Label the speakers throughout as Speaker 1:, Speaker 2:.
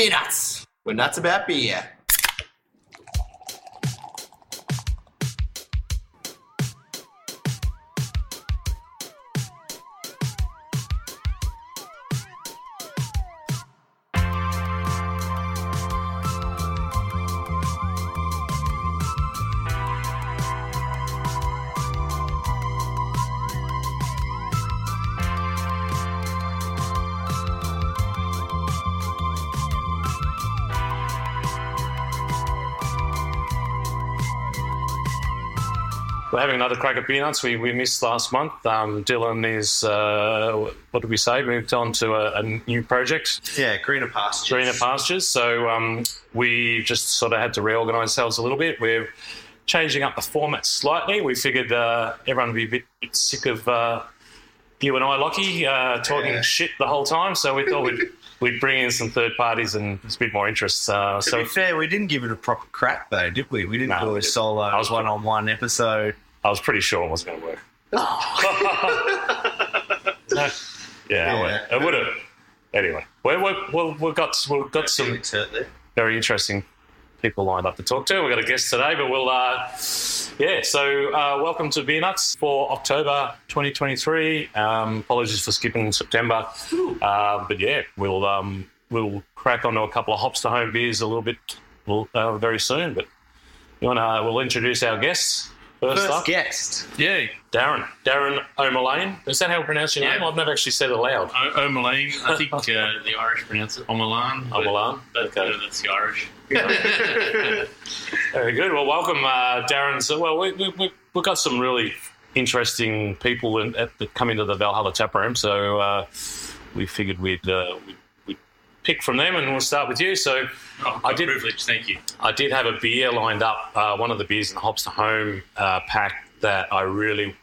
Speaker 1: Peanuts. We're nuts about beer.
Speaker 2: We're having another crack at peanuts. We, we missed last month. Um, Dylan is, uh, what did we say, moved on to a, a new project,
Speaker 1: Yeah, greener pastures.
Speaker 2: Greener Pastures. So um, we just sort of had to reorganise ourselves a little bit. We're changing up the format slightly. We figured uh, everyone would be a bit, bit sick of uh, you and I, Lockie, uh, talking
Speaker 1: Yeah.
Speaker 2: shit the whole time. So we thought we'd, we'd bring in some third parties and it's a bit more interest. Uh,
Speaker 3: To
Speaker 2: so
Speaker 3: be fair, we didn't give it a proper crack though, did we? We didn't
Speaker 2: No,
Speaker 3: do
Speaker 2: we
Speaker 3: a
Speaker 2: didn't.
Speaker 3: solo
Speaker 2: I was-
Speaker 3: one-on-one episode.
Speaker 2: I was pretty sure it wasn't going to work. No. Yeah,
Speaker 1: Yeah.
Speaker 2: I would- I would have. Anyway, we we we'll, we've got we've got some
Speaker 1: Insert there.
Speaker 2: very interesting people lined up to talk to. We've got a guest today, but we'll uh, yeah. So uh, welcome to Beer Nuts for October 2023. Um, apologies for skipping September, uh, but yeah, we'll um, we'll crack onto a couple of hops to home beers a little bit uh, very soon. But you want to? We'll introduce our guests. First,
Speaker 3: First
Speaker 2: up,
Speaker 3: guest.
Speaker 4: Yeah,
Speaker 2: Darren. Darren O'Mullane. Is that how you pronounce your name?
Speaker 4: Yeah.
Speaker 2: I've never actually said it loud.
Speaker 4: O- O'Malley. I think uh, the Irish pronounce it O'Malley. but
Speaker 2: O'Malley,
Speaker 4: That,
Speaker 2: okay.
Speaker 4: uh, that's the Irish.
Speaker 2: Very good. Well, welcome, uh, Darren. So, well, we, we, we, we've got some really interesting people in, at the, come into the Valhalla tap room. So, uh, we figured we'd, uh, we'd, we'd pick from them and we'll start with you. So,
Speaker 4: Oh,
Speaker 2: I
Speaker 4: I
Speaker 2: did-
Speaker 4: did privilege. Thank you.
Speaker 2: I did have a beer lined up, uh, one of the beers in the Hops to Home uh, pack that I really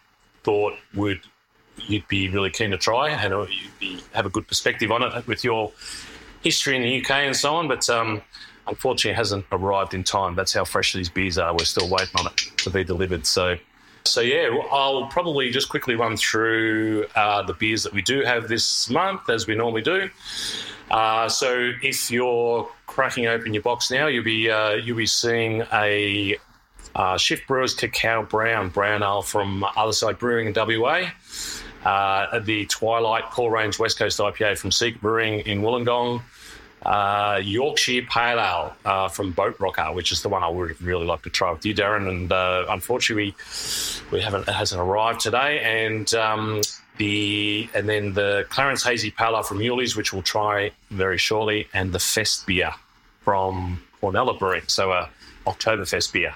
Speaker 2: thought would you'd be really keen to try and uh, you'd be, have a good perspective on it with your history in the UK and so on. But um, unfortunately, it hasn't arrived in time. That's how fresh these beers are. We're still waiting on it to be delivered. So. So yeah, well, I'll probably just quickly run through uh, the beers that we do have this month, as we normally do. Uh, so if you're cracking open your box now, you'll be uh, you'll be seeing a uh, Shift Brewers Cacao Brown Brown Ale from Other Side Brewing in WA. Uh, the Twilight Core Range West Coast IPA from Seek Brewing in Wollongong. Uh, Yorkshire Pale Ale uh, from Boat Rocker, which is the one I would have really like to try with you, Darren. And uh, unfortunately, we, we haven't it hasn't arrived today. And um, the and then the Clarence Hazy Pale Ale from Yulee's, which we'll try very shortly, and the Fest beer from Cornella Brewing. So, uh, Oktoberfest beer.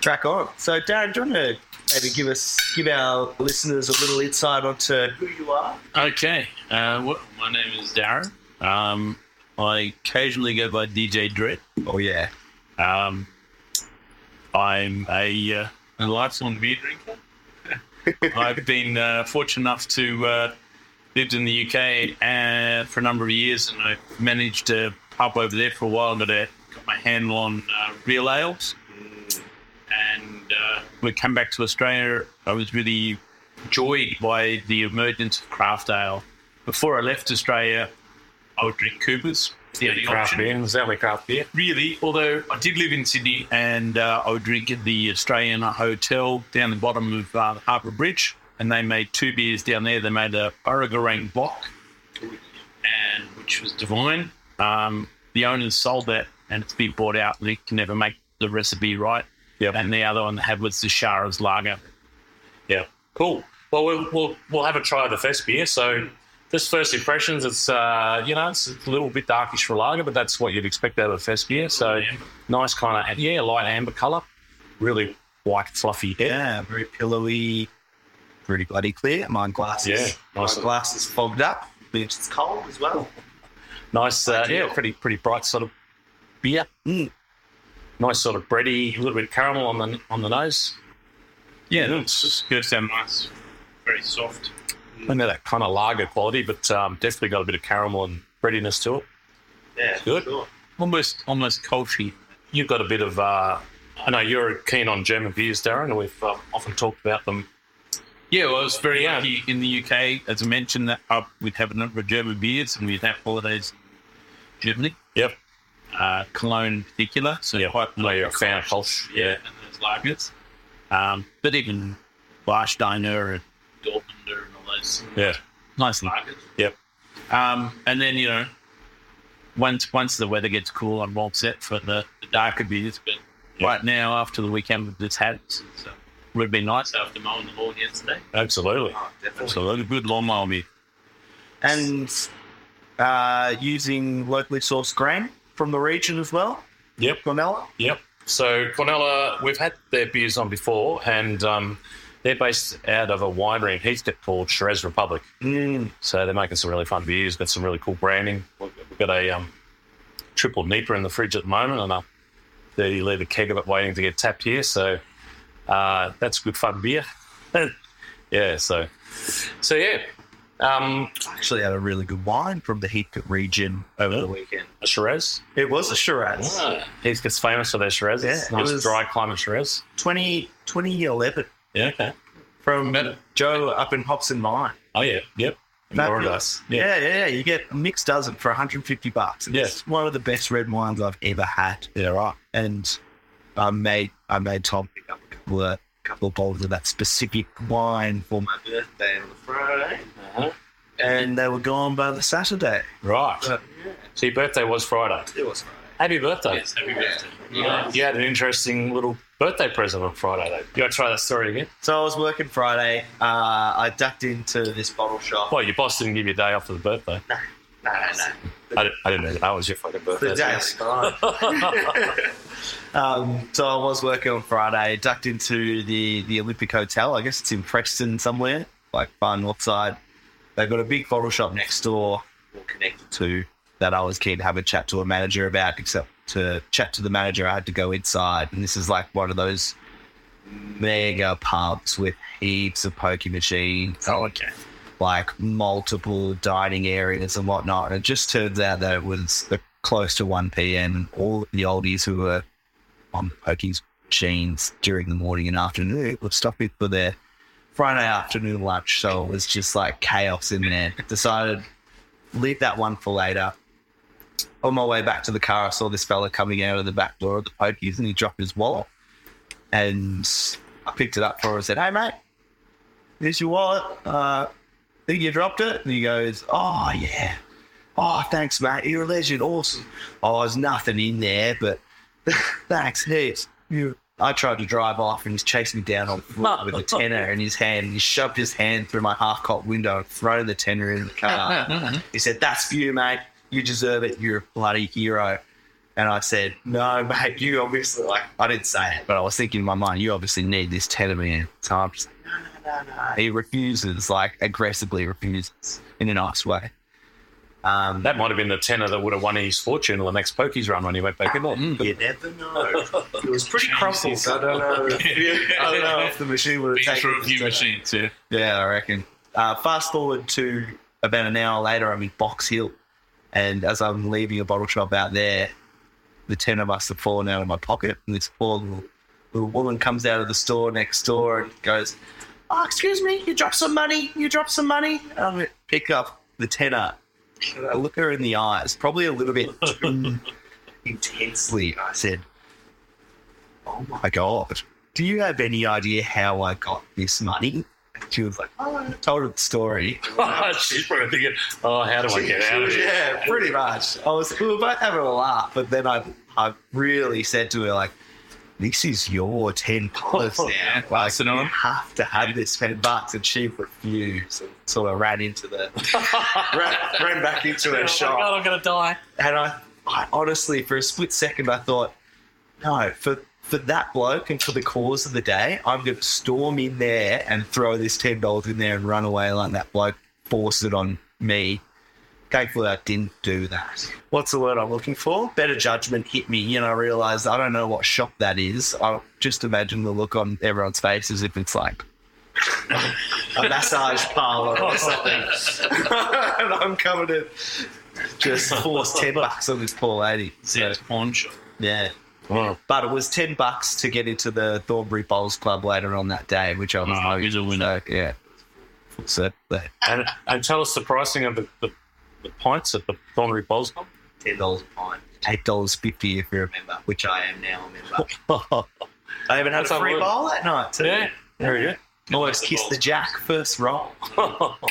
Speaker 3: Track on. So, Darren, do you want to maybe give us, give our listeners a little insight onto who you are?
Speaker 4: Okay. Uh, what, my name is Darren. Um, I occasionally go by DJ Dredd.
Speaker 3: Oh yeah.
Speaker 4: Um, I'm a, uh, a lifelong beer drinker. I've been uh, fortunate enough to uh, lived in the UK uh, for a number of years, and I managed to pub over there for a while. Got a got my handle on uh, real ales, and uh, we come back to Australia. I was really joyed by the emergence of craft ale. Before I left Australia, I would drink Coopers. The only
Speaker 2: Craft
Speaker 4: option
Speaker 2: beer. Is that what craft beer?
Speaker 4: really, although I did live in Sydney and uh, I would drink at the Australian Hotel down the bottom of uh, Harbour Bridge. And they made two beers down there. They made a Oregarang Bock, and which was divine. Um, the owners sold that and it's been bought out. They can never make the recipe right.
Speaker 2: Yep.
Speaker 4: And the other one they had was the Shara's Lager.
Speaker 2: Yeah. Cool. Well, we'll we'll, we'll have a try of the fest beer. So, this first impressions, it's uh, you know, it's a little bit darkish for lager, but that's what you'd expect out of a fest beer. So, nice kind of yeah, light amber color, really white, fluffy head.
Speaker 3: Yeah, very pillowy, pretty bloody clear. Mine
Speaker 2: Yeah,
Speaker 3: glasses.
Speaker 2: nice.
Speaker 3: My glasses fogged up. Bitch, it's cold as well.
Speaker 2: Nice, uh,
Speaker 3: Ideal.
Speaker 2: yeah, pretty pretty bright sort of beer.
Speaker 3: Mm.
Speaker 2: Nice sort of bready, a little bit of caramel on the on the nose.
Speaker 4: Yeah, that's good. Sound nice. Very soft.
Speaker 2: I know that kind of lager quality, but um, definitely got a bit of caramel and breadiness to it.
Speaker 1: Yeah,
Speaker 2: Good.
Speaker 1: sure.
Speaker 4: Almost, almost cultury.
Speaker 2: You've got a bit of. Uh, I know you're keen on German beers, Darren. We've um, often talked about them.
Speaker 4: Yeah, well, I was very
Speaker 2: Yeah.
Speaker 4: lucky in the UK. As I mentioned, that uh, we'd have a number of German beers and we'd have holidays in Germany.
Speaker 2: Yep.
Speaker 4: uh, Cologne in particular. So
Speaker 2: Yeah.
Speaker 4: quite
Speaker 2: Like a fan of Kolsch.
Speaker 4: yeah, and those lagers. Um, but even Warsteiner and Dortmunder and all those
Speaker 2: Yeah.
Speaker 4: nice lagers.
Speaker 2: Yep.
Speaker 4: Um, and then you know, once once the weather gets cool, I'm all set for the, the darker beers. But
Speaker 2: Yeah.
Speaker 4: right now, after the weekend we've just had, it's- it's, uh, would be nice after mowing the lawn yesterday.
Speaker 2: Absolutely.
Speaker 1: Oh, definitely.
Speaker 4: Absolutely, good lawnmower beer.
Speaker 3: and uh, using locally sourced grain from the region as well.
Speaker 2: Yep.
Speaker 3: Glenella.
Speaker 2: Yep. So Cornella, we've had their beers on before, and um, they're based out of a winery in Heathcote called Shiraz Republic.
Speaker 3: Mm.
Speaker 2: So they're making some really fun beers. Got some really cool branding. We've we've got a um, triple Nipah in the fridge at the moment, and a 30 litre keg of it waiting to get tapped here. So uh, that's good fun beer. yeah. So so yeah. Um,
Speaker 3: Actually, had a really good wine from the Heathcote region over the weekend.
Speaker 2: a Shiraz.
Speaker 3: It was a Shiraz.
Speaker 2: Ah. Heathcote's famous for their Shiraz.
Speaker 3: Yeah,
Speaker 2: it's
Speaker 3: it
Speaker 2: nice
Speaker 3: was-
Speaker 2: dry climate Shiraz.
Speaker 3: 20, 2011
Speaker 2: Yeah. Okay.
Speaker 3: from
Speaker 2: Better.
Speaker 3: Joe up in Hobson Mine.
Speaker 2: Oh yeah. Yep.
Speaker 3: Fabulous.
Speaker 2: Yeah.
Speaker 3: Yeah. yeah, yeah, You get a mixed dozen for 150 bucks. And
Speaker 2: Yeah.
Speaker 3: It's one of the best red wines I've ever had. Yeah, right. And I made I made Tom pick up a couple of couple of bottles of that specific wine for my birthday on the Friday,
Speaker 2: Uh-huh.
Speaker 3: and they were gone by the Saturday.
Speaker 2: Right.
Speaker 3: But
Speaker 2: So your birthday was Friday.
Speaker 3: it was Friday.
Speaker 2: Happy birthday.
Speaker 4: happy
Speaker 1: birthday.
Speaker 2: You had an interesting little birthday present on Friday, though. You want to try that story again?
Speaker 3: So I was working Friday. Uh, I ducked into this bottle shop.
Speaker 2: Well, your boss didn't give you a day off for the birthday.
Speaker 3: No, no,
Speaker 2: I didn't, I didn't know that. That was your fucking
Speaker 3: no. The
Speaker 2: birthday.
Speaker 3: day was fine. Um, so I was working on Friday, ducked into the, the Olympic Hotel. I guess it's in Preston somewhere, like far north side. They've got a big bottle shop next door or connected to that I was keen to have a chat to a manager about, except to chat to the manager, I had to go inside. And this is like one of those mega pubs with heaps of poker machines,
Speaker 4: Oh, okay.
Speaker 3: like multiple dining areas and whatnot. And it just turns out that it was the, close to 1 p.m. and all the oldies who were on the pokies machines during the morning and afternoon were stopping for their Friday afternoon lunch. So it was just like chaos in there. Decided leave that one for later. On my way back to the car, I saw this fella coming out of the back door of the pokies and he dropped his wallet. And I picked it up for him and said, Hey, mate, here's your wallet. Uh, think you dropped it? And he goes, Oh, yeah. Oh, thanks, mate. You're a legend. Awesome. Oh, there's nothing in there, but thanks, heaps. You. I tried to drive off and he's chased me down on the floor with a tenner in his hand. He shoved his hand through my half cot window and thrown the tenner in the car. he said, That's for you, mate. You deserve it. You're a bloody hero. And I said, No, mate, you obviously, like, I didn't say it, but I was thinking in my mind, you obviously need this tenner, man. So I'm just he refuses, like aggressively refuses in a nice way. Um,
Speaker 2: that might have been the tenor that would have won his fortune on the next Pokies run when he went back in there.
Speaker 3: you never know. It was pretty
Speaker 4: Change
Speaker 3: crumpled.
Speaker 4: this.
Speaker 3: I don't know. I don't know if the machine would have taken it.
Speaker 4: machines, yeah.
Speaker 3: Yeah, I reckon. Uh, fast forward to about an hour later, I'm in Box Hill, and as I'm leaving a bottle shop out there, the tenner must have fallen out of my pocket, and this poor little, little woman comes out of the store next door and goes, "Oh, excuse me, you dropped some money. You dropped some money." And I went, pick up the tenner. And I look her in the eyes, probably a little bit too intensely. and I said, "Oh my god." Do you have any idea how I got this money? She was like, oh, I told her the story.
Speaker 2: She's probably thinking, oh, how do I get out of here?
Speaker 3: Yeah, pretty much. I was, we were both having a laugh, but then I, I really said to her, like, this is your 10 dollars now. Like,
Speaker 4: Pass it on.
Speaker 3: you have to have this 10 bucks. And she refused and sort of ran into the, ran, ran back into her shop.
Speaker 2: Oh I'm going to die.
Speaker 3: And I, I honestly, for a split second, I thought, no, for for that bloke and for the cause of the day, I'm going to storm in there and throw this ten dollars in there and run away like that bloke forced it on me. Thankfully, I didn't do that. What's the word I'm looking for? Better judgment hit me, and I realised I don't know what shop that is. I just imagine the look on everyone's faces if it's like a massage parlour
Speaker 2: Oh,
Speaker 3: or something, and I'm covered in just forced ten bucks on this poor lady. So
Speaker 4: It's pawn shop.
Speaker 3: yeah.
Speaker 2: Wow.
Speaker 3: But it was ten bucks to get into the Thornbury Bowls Club later on that day, which I was
Speaker 4: Oh, he's a winner.
Speaker 3: So, yeah. So, but-
Speaker 2: And, and tell us the pricing of the, the, the pints at the Thornbury Bowls Club.
Speaker 1: ten dollars a pint,
Speaker 3: eight dollars fifty if you remember.
Speaker 1: member, which I am now a member.
Speaker 3: I even had
Speaker 2: That's
Speaker 3: a free
Speaker 2: unbelievable.
Speaker 3: bowl that night too.
Speaker 2: Yeah, there you
Speaker 3: Almost kissed the jack first roll.
Speaker 2: go.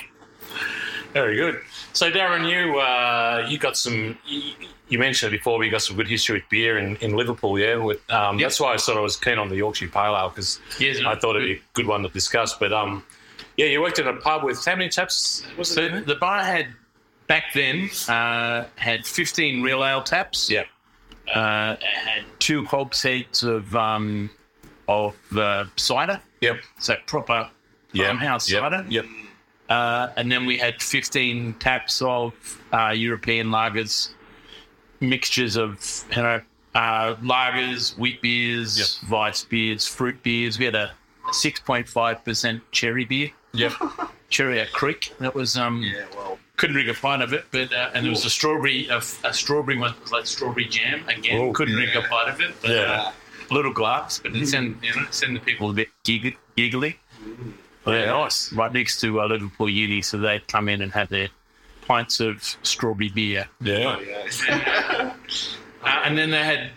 Speaker 2: Very good. So, Darren, you uh, you got some. You, you mentioned it before, but you got some good history with beer in, in Liverpool, yeah. With um,
Speaker 4: Yep.
Speaker 2: that's why I sort of was keen on the Yorkshire Pale Ale because
Speaker 4: Yes,
Speaker 2: I thought it'd be a good one to discuss. But um, yeah, you worked in a pub with how many chaps? Was
Speaker 4: So
Speaker 2: it?
Speaker 4: the bar had back then uh, had 15 real ale taps.
Speaker 2: Yeah.
Speaker 4: Uh, it had two hogsheads of um, of uh, cider,
Speaker 2: Yep.
Speaker 4: so proper
Speaker 2: Yeah.
Speaker 4: farmhouse
Speaker 2: Yep.
Speaker 4: cider.
Speaker 2: Yep.
Speaker 4: Uh, and then we had 15 taps of uh, European lagers, mixtures of you know uh, lagers, wheat beers, vice beers, fruit beers. We had a 6.5% cherry beer,
Speaker 2: Yep.
Speaker 4: Cherry Creek. That was um,
Speaker 1: Yeah, well,
Speaker 4: couldn't drink a pint of it, but uh, and there was a strawberry, a, a strawberry one that was like strawberry jam. Again,
Speaker 2: Oh,
Speaker 4: couldn't
Speaker 1: yeah.
Speaker 4: drink a pint of it, but
Speaker 2: Yeah.
Speaker 4: uh, little glass, but it send you know, send the people Mm. a bit gigg- giggly.
Speaker 2: Yeah, nice.
Speaker 4: Right next to uh, Liverpool Uni, so they come in and have their pints of strawberry beer,
Speaker 2: Yeah.
Speaker 1: yeah.
Speaker 4: uh, and then they had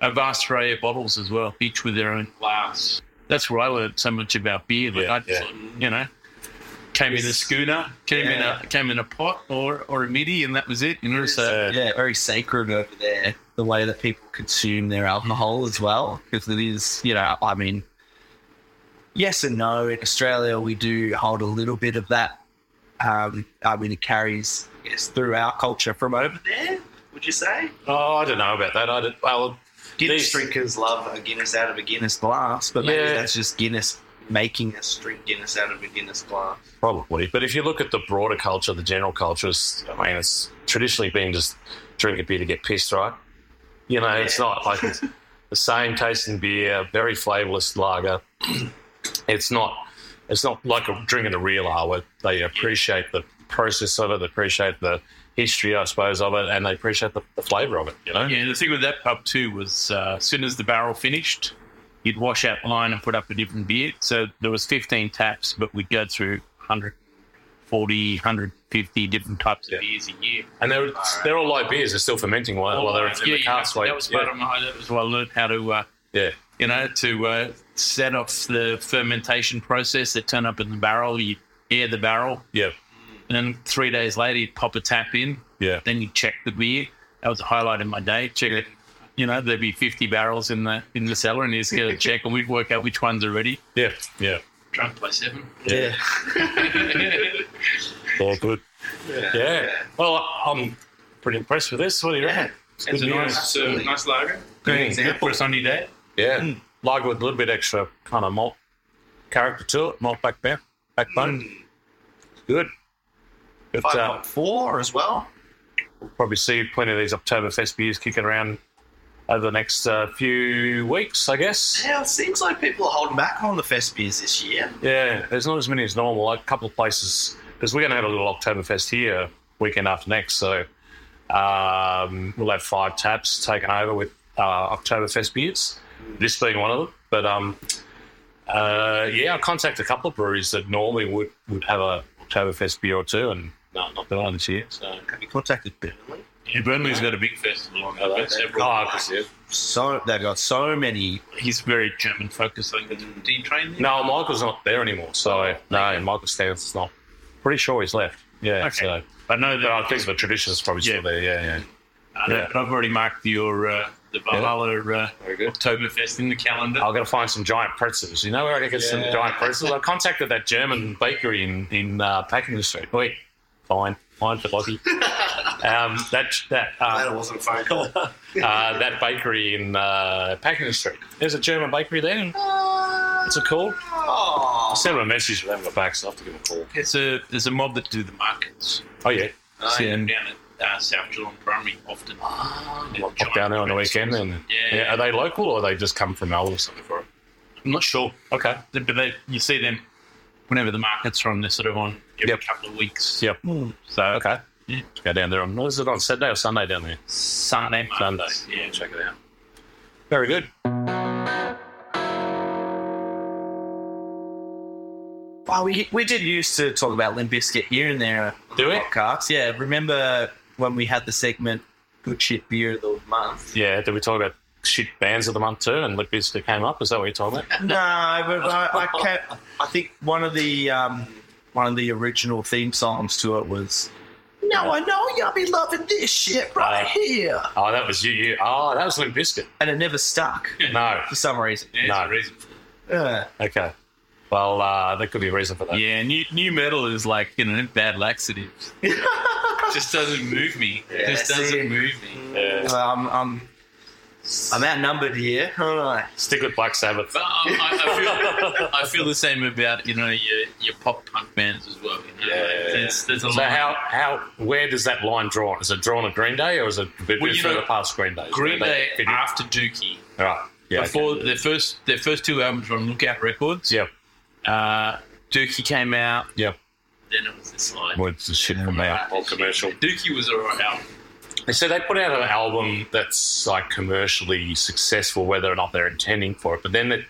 Speaker 4: a vast array of bottles as well, each with their own glass. That's where I learned so much about beer. Like
Speaker 2: Yeah,
Speaker 4: I just,
Speaker 2: yeah.
Speaker 4: you know. Came in a schooner, came in a came in a pot or, or a midi, and that was it. You know, so
Speaker 2: Uh,
Speaker 3: Yeah, very sacred over there. The way that people consume their alcohol as well, because it is, you know, I mean, yes and no. In Australia, we do hold a little bit of that. Um, I mean, it carries yes, through our culture from over.
Speaker 1: there, would you say?
Speaker 2: oh, I don't know about that. I did, well,
Speaker 1: Guinness
Speaker 2: These-
Speaker 1: drinkers love a Guinness out of a Guinness.
Speaker 3: Guinness glass, but maybe
Speaker 2: Yeah.
Speaker 3: that's just Guinness making us.
Speaker 1: Guinness drink Guinness out of a Guinness glass.
Speaker 2: Probably. But if you look at the broader culture, the general culture, is, I mean, it's traditionally been just drink a beer to get pissed, right? You know, it's not like it's the same tasting beer, very flavourless lager. it's not. It's not like a, drinking a real ale. where They appreciate the process of it, they appreciate the history, I suppose, of it, and they appreciate the, the flavour of it. You know,
Speaker 4: Yeah, the thing with that pub too was uh, as soon as the barrel finished, you'd wash out the line and put up a different beer. So there was 15 taps, but we'd go through 140, 150 different types
Speaker 2: Yeah.
Speaker 4: of beers a year.
Speaker 2: and they're they're all light beers. They're still fermenting while, while they're in
Speaker 4: yeah,
Speaker 2: the casks.
Speaker 4: yeah,
Speaker 2: wait.
Speaker 4: that was part
Speaker 2: yeah.
Speaker 4: of my. That was where I learned how to, uh,
Speaker 2: yeah,
Speaker 4: you know, to uh, set off the fermentation process that turn up in the barrel. You air the barrel,
Speaker 2: yeah,
Speaker 4: and then three days later you'd pop a tap in.
Speaker 2: yeah.
Speaker 4: Then you check the beer. That was a highlight of my day. Check it. You know, there'd be 50 barrels in the in the cellar, and you just get a check, and we'd work out which ones are ready.
Speaker 2: Yeah, yeah,
Speaker 4: Drunk by seven.
Speaker 2: yeah. All good.
Speaker 1: Yeah.
Speaker 2: Yeah. Well, I'm pretty impressed with this. What do you reckon? It's
Speaker 4: It's a
Speaker 2: beer.
Speaker 4: nice, uh, nice lager.
Speaker 1: Good
Speaker 2: Yeah.
Speaker 1: example.
Speaker 4: For a sunny day.
Speaker 2: Yeah. Lager Hmm. with a little bit extra kind of malt character to it, malt back bear, backbone.
Speaker 4: Hmm.
Speaker 2: Good. But
Speaker 1: Five
Speaker 2: uh,
Speaker 1: point four as well.
Speaker 2: we'll probably see plenty of these Oktoberfest beers kicking around over the next uh, few weeks, I guess.
Speaker 1: Yeah, it seems like people are holding back on the fest beers this year.
Speaker 2: Yeah, there's not as many as normal. Like a couple of places, because we're going to have a little Oktoberfest here weekend after next. So um, we'll have five taps taken over with uh, Oktoberfest beers, this being one of them. But um, uh, yeah, I contacted a couple of breweries that normally would, would have a Oktoberfest beer or two, and no, not the one this year. So.
Speaker 1: Have you contacted Burnley?
Speaker 4: Yeah, Burnley's got a big festival on
Speaker 2: Oh,
Speaker 4: that.
Speaker 2: because, yeah.
Speaker 3: So they've got so many.
Speaker 4: He's very German focused. I think that's D train. there?
Speaker 2: No, Michael's not there anymore. So no, Michael Stans is not. Pretty sure he's left. Yeah.
Speaker 4: Okay.
Speaker 2: So,
Speaker 4: I know that.
Speaker 2: but uh, I think the tradition's probably still
Speaker 4: Yeah.
Speaker 2: there. Yeah, yeah.
Speaker 4: I know,
Speaker 2: yeah.
Speaker 4: but I've already marked your uh, the Valhalla uh,
Speaker 2: Very good.
Speaker 4: Oktoberfest in the calendar.
Speaker 2: I've got to find some giant pretzels. You know where I can get some
Speaker 1: Yeah.
Speaker 2: giant pretzels? I contacted that German bakery in in uh, Packing Street. Wait, fine, fine, Philosophy. um, that that
Speaker 1: That
Speaker 2: uh,
Speaker 1: wasn't a phone call.
Speaker 2: uh, that bakery in uh, Packing Street. There's a German bakery there. What's it called? I
Speaker 1: Oh,
Speaker 2: sent them a message for them in the back, so I have to give them a call.
Speaker 4: It's a there's a mob that do the markets.
Speaker 2: Oh yeah,
Speaker 4: See Ah,
Speaker 1: yeah.
Speaker 4: them down at uh, South Geelong Primary often. They're
Speaker 2: pop
Speaker 4: giant
Speaker 2: down there on the
Speaker 4: pretzels.
Speaker 2: weekend. And
Speaker 4: Yeah.
Speaker 2: are they local or they just come from Melbourne or something for it?
Speaker 4: I'm not sure.
Speaker 2: Okay.
Speaker 4: But they, you see them whenever the markets are on. They're sort of on every
Speaker 2: Yep.
Speaker 4: couple of weeks.
Speaker 2: Yep.
Speaker 4: So
Speaker 2: Okay.
Speaker 4: Yeah.
Speaker 2: Go down there on what is it on Saturday or Sunday down there?
Speaker 4: Sunday
Speaker 2: Sunday.
Speaker 4: markets. uh, Yeah.
Speaker 2: Check it out. Very good.
Speaker 3: Well, we, we did used to talk about Limp Bizkit here and there
Speaker 2: Do it.
Speaker 3: podcasts. Yeah, remember when we had the segment
Speaker 1: good shit beer of the month.
Speaker 2: Yeah, did we talk about shit bands of the month too? And Limp Bizkit came up. Is that what you're talking about?
Speaker 3: No, but I, I, can't, I think one of the um, one of the original theme songs to it was
Speaker 1: Now I know y'all be loving this shit right
Speaker 2: Uh,
Speaker 1: here.
Speaker 2: Oh, that was you. you. Oh, that was Limp Bizkit.
Speaker 3: and it never stuck
Speaker 2: No.
Speaker 3: for some reason.
Speaker 4: Yeah, there's
Speaker 2: No.
Speaker 4: a reason for
Speaker 3: Yeah.
Speaker 2: Okay. Well, uh, that could be a reason for that.
Speaker 4: that. Yeah, new, new metal is like, you know, bad laxatives. just doesn't move me.
Speaker 1: Yeah,
Speaker 4: just
Speaker 1: that's
Speaker 4: doesn't
Speaker 1: it.
Speaker 4: move me.
Speaker 2: Yeah.
Speaker 3: Well, I'm, I'm, I'm outnumbered here, aren't I?
Speaker 2: Stick with Black Sabbath.
Speaker 4: But I, I, I, feel, I feel the same about, you know, your, your pop punk bands as well. You know?
Speaker 2: Yeah, yeah, yeah.
Speaker 4: There's, there's a
Speaker 2: So
Speaker 4: lot
Speaker 2: how how where does that line drawn? Is it drawn at Green Day or is it a bit
Speaker 4: Well, you
Speaker 2: further
Speaker 4: know,
Speaker 2: past Green Day? Is
Speaker 4: Green Day
Speaker 2: fit in?
Speaker 4: after Dookie.
Speaker 2: right? Yeah. okay.
Speaker 4: before their first their first two albums were on Lookout Records.
Speaker 2: Yep.
Speaker 4: Uh, Dookie came out.
Speaker 2: Yep.
Speaker 4: Then it was this line.
Speaker 2: Well, it's the shit from our whole commercial.
Speaker 4: Dookie was alright album.
Speaker 2: So they put out an album that's like commercially successful, whether or not they're intending for it. But then they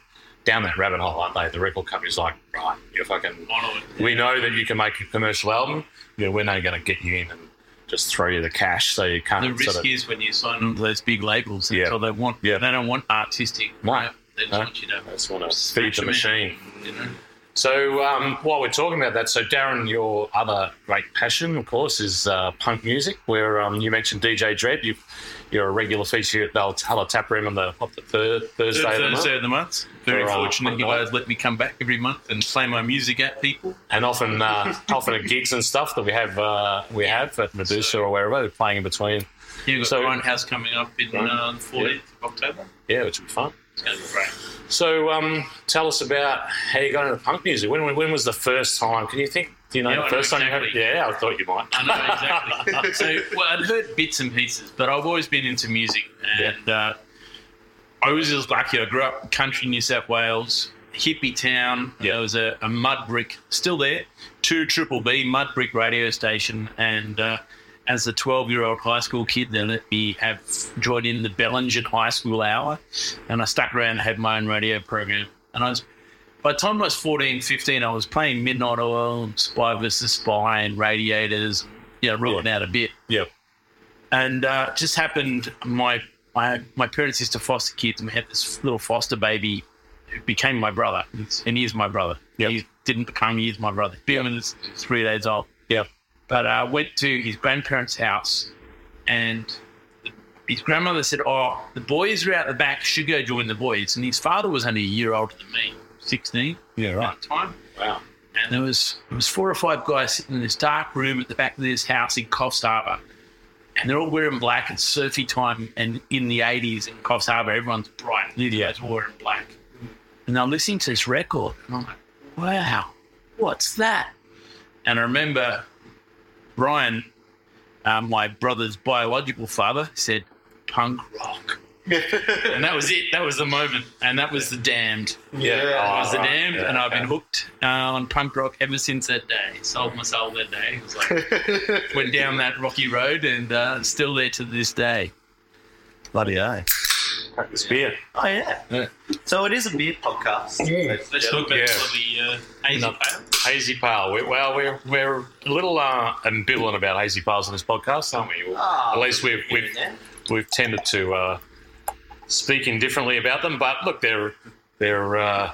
Speaker 2: down that rabbit hole, aren't they? The record company's like, right, you're fucking.
Speaker 4: On it.
Speaker 2: We know that you can make a commercial album. You know, we're not going to get you in and just throw you the cash, so you can't.
Speaker 4: The
Speaker 2: sort
Speaker 4: risk
Speaker 2: of-
Speaker 4: is when you sign on to those big labels. That's
Speaker 2: Yeah.
Speaker 4: all they want.
Speaker 2: Yeah.
Speaker 4: They don't want artistic.
Speaker 2: Right.
Speaker 4: They just
Speaker 2: Huh?
Speaker 4: want you to.
Speaker 2: I just want to feed
Speaker 4: smash
Speaker 2: the
Speaker 4: them out,
Speaker 2: machine.
Speaker 4: You know?
Speaker 2: So um, while we're talking about that, so Darren, your other great passion, of course, is uh, punk music. Where um, you mentioned DJ Dread, you, you're a regular feature at the Altala Tap Room on the, what, the third Thursday, of the month,
Speaker 4: Thursday of the month. Very
Speaker 2: For, uh,
Speaker 4: fortunate you
Speaker 2: Monday.
Speaker 4: guys let me come back every month and play my music at people.
Speaker 2: and often uh, often at gigs and stuff that we have uh, we have at Medusa or wherever, playing in between.
Speaker 4: You've got
Speaker 2: So-
Speaker 4: Grindhouse coming up in uh, the 14th of October.
Speaker 2: Yeah, which would be fun.
Speaker 4: It's going to be great.
Speaker 2: So um, tell us about how you got into punk music. When when was the first time? Can you think? Do you know
Speaker 4: Yeah, I
Speaker 2: the
Speaker 4: know
Speaker 2: first time?
Speaker 4: exactly.
Speaker 2: You heard? Yeah, I thought you might.
Speaker 4: I know exactly. so, well, I'd heard bits and pieces, but I've always been into music, and uh, I was just lucky. I grew up country New South Wales, hippie town.
Speaker 2: Yeah.
Speaker 4: There was a, a mud brick still there, two triple B mud brick radio station, and uh, as a twelve-year-old high school kid, they let me have joined in the Bellingen High School hour, and I stuck around and had my own radio program, and I was by the time I was 14, 15, I was playing Midnight Oil, and Spy versus Spy, and Radiators, you know, ruling out a bit.
Speaker 2: Yeah.
Speaker 4: And uh, just happened, my, my my parents used to foster kids, and we had this little foster baby who became my brother, and he is my brother.
Speaker 2: Yep.
Speaker 4: He didn't become, he is my brother. Being was three days old.
Speaker 2: Yeah.
Speaker 4: But I went to his grandparents' house, and his grandmother said, "Oh, the boys are out the back. Should go join the boys." And his father was only a year older than me, sixteen
Speaker 2: Yeah.
Speaker 4: at the time.
Speaker 2: Wow.
Speaker 4: And there was there was four or five guys sitting in this dark room at the back of this house in Coffs Harbour. And they're all wearing black. It's surfy time and in the eighties in Coffs Harbour, everyone's bright and yeah. wearing black. And I'm listening to this record and I'm like, Wow, what's that? And I remember Brian, uh, my brother's biological father, said, Punk rock. and that was it. That was the moment. And that was the damned.
Speaker 2: Yeah.
Speaker 4: I was the
Speaker 2: Alright.
Speaker 4: damned,
Speaker 2: Yeah,
Speaker 4: and I've
Speaker 2: okay.
Speaker 4: been hooked uh, on punk rock ever since that day. Sold my soul that day. It was like went down that rocky road, and uh, still there to this day.
Speaker 3: Bloody A.
Speaker 2: It's beer.
Speaker 3: Oh, yeah.
Speaker 2: Yeah.
Speaker 3: So it is a beer podcast.
Speaker 4: Let's
Speaker 2: talk about
Speaker 4: the uh,
Speaker 2: Asian Hazy Pale. We, well, we're we're a little uh, ambivalent about hazy pales on this podcast, aren't we? Well,
Speaker 1: Ah,
Speaker 2: At least we've
Speaker 1: here and
Speaker 2: we've,
Speaker 1: there.
Speaker 2: we've tended to uh, speak indifferently about them. But look, they're they're uh,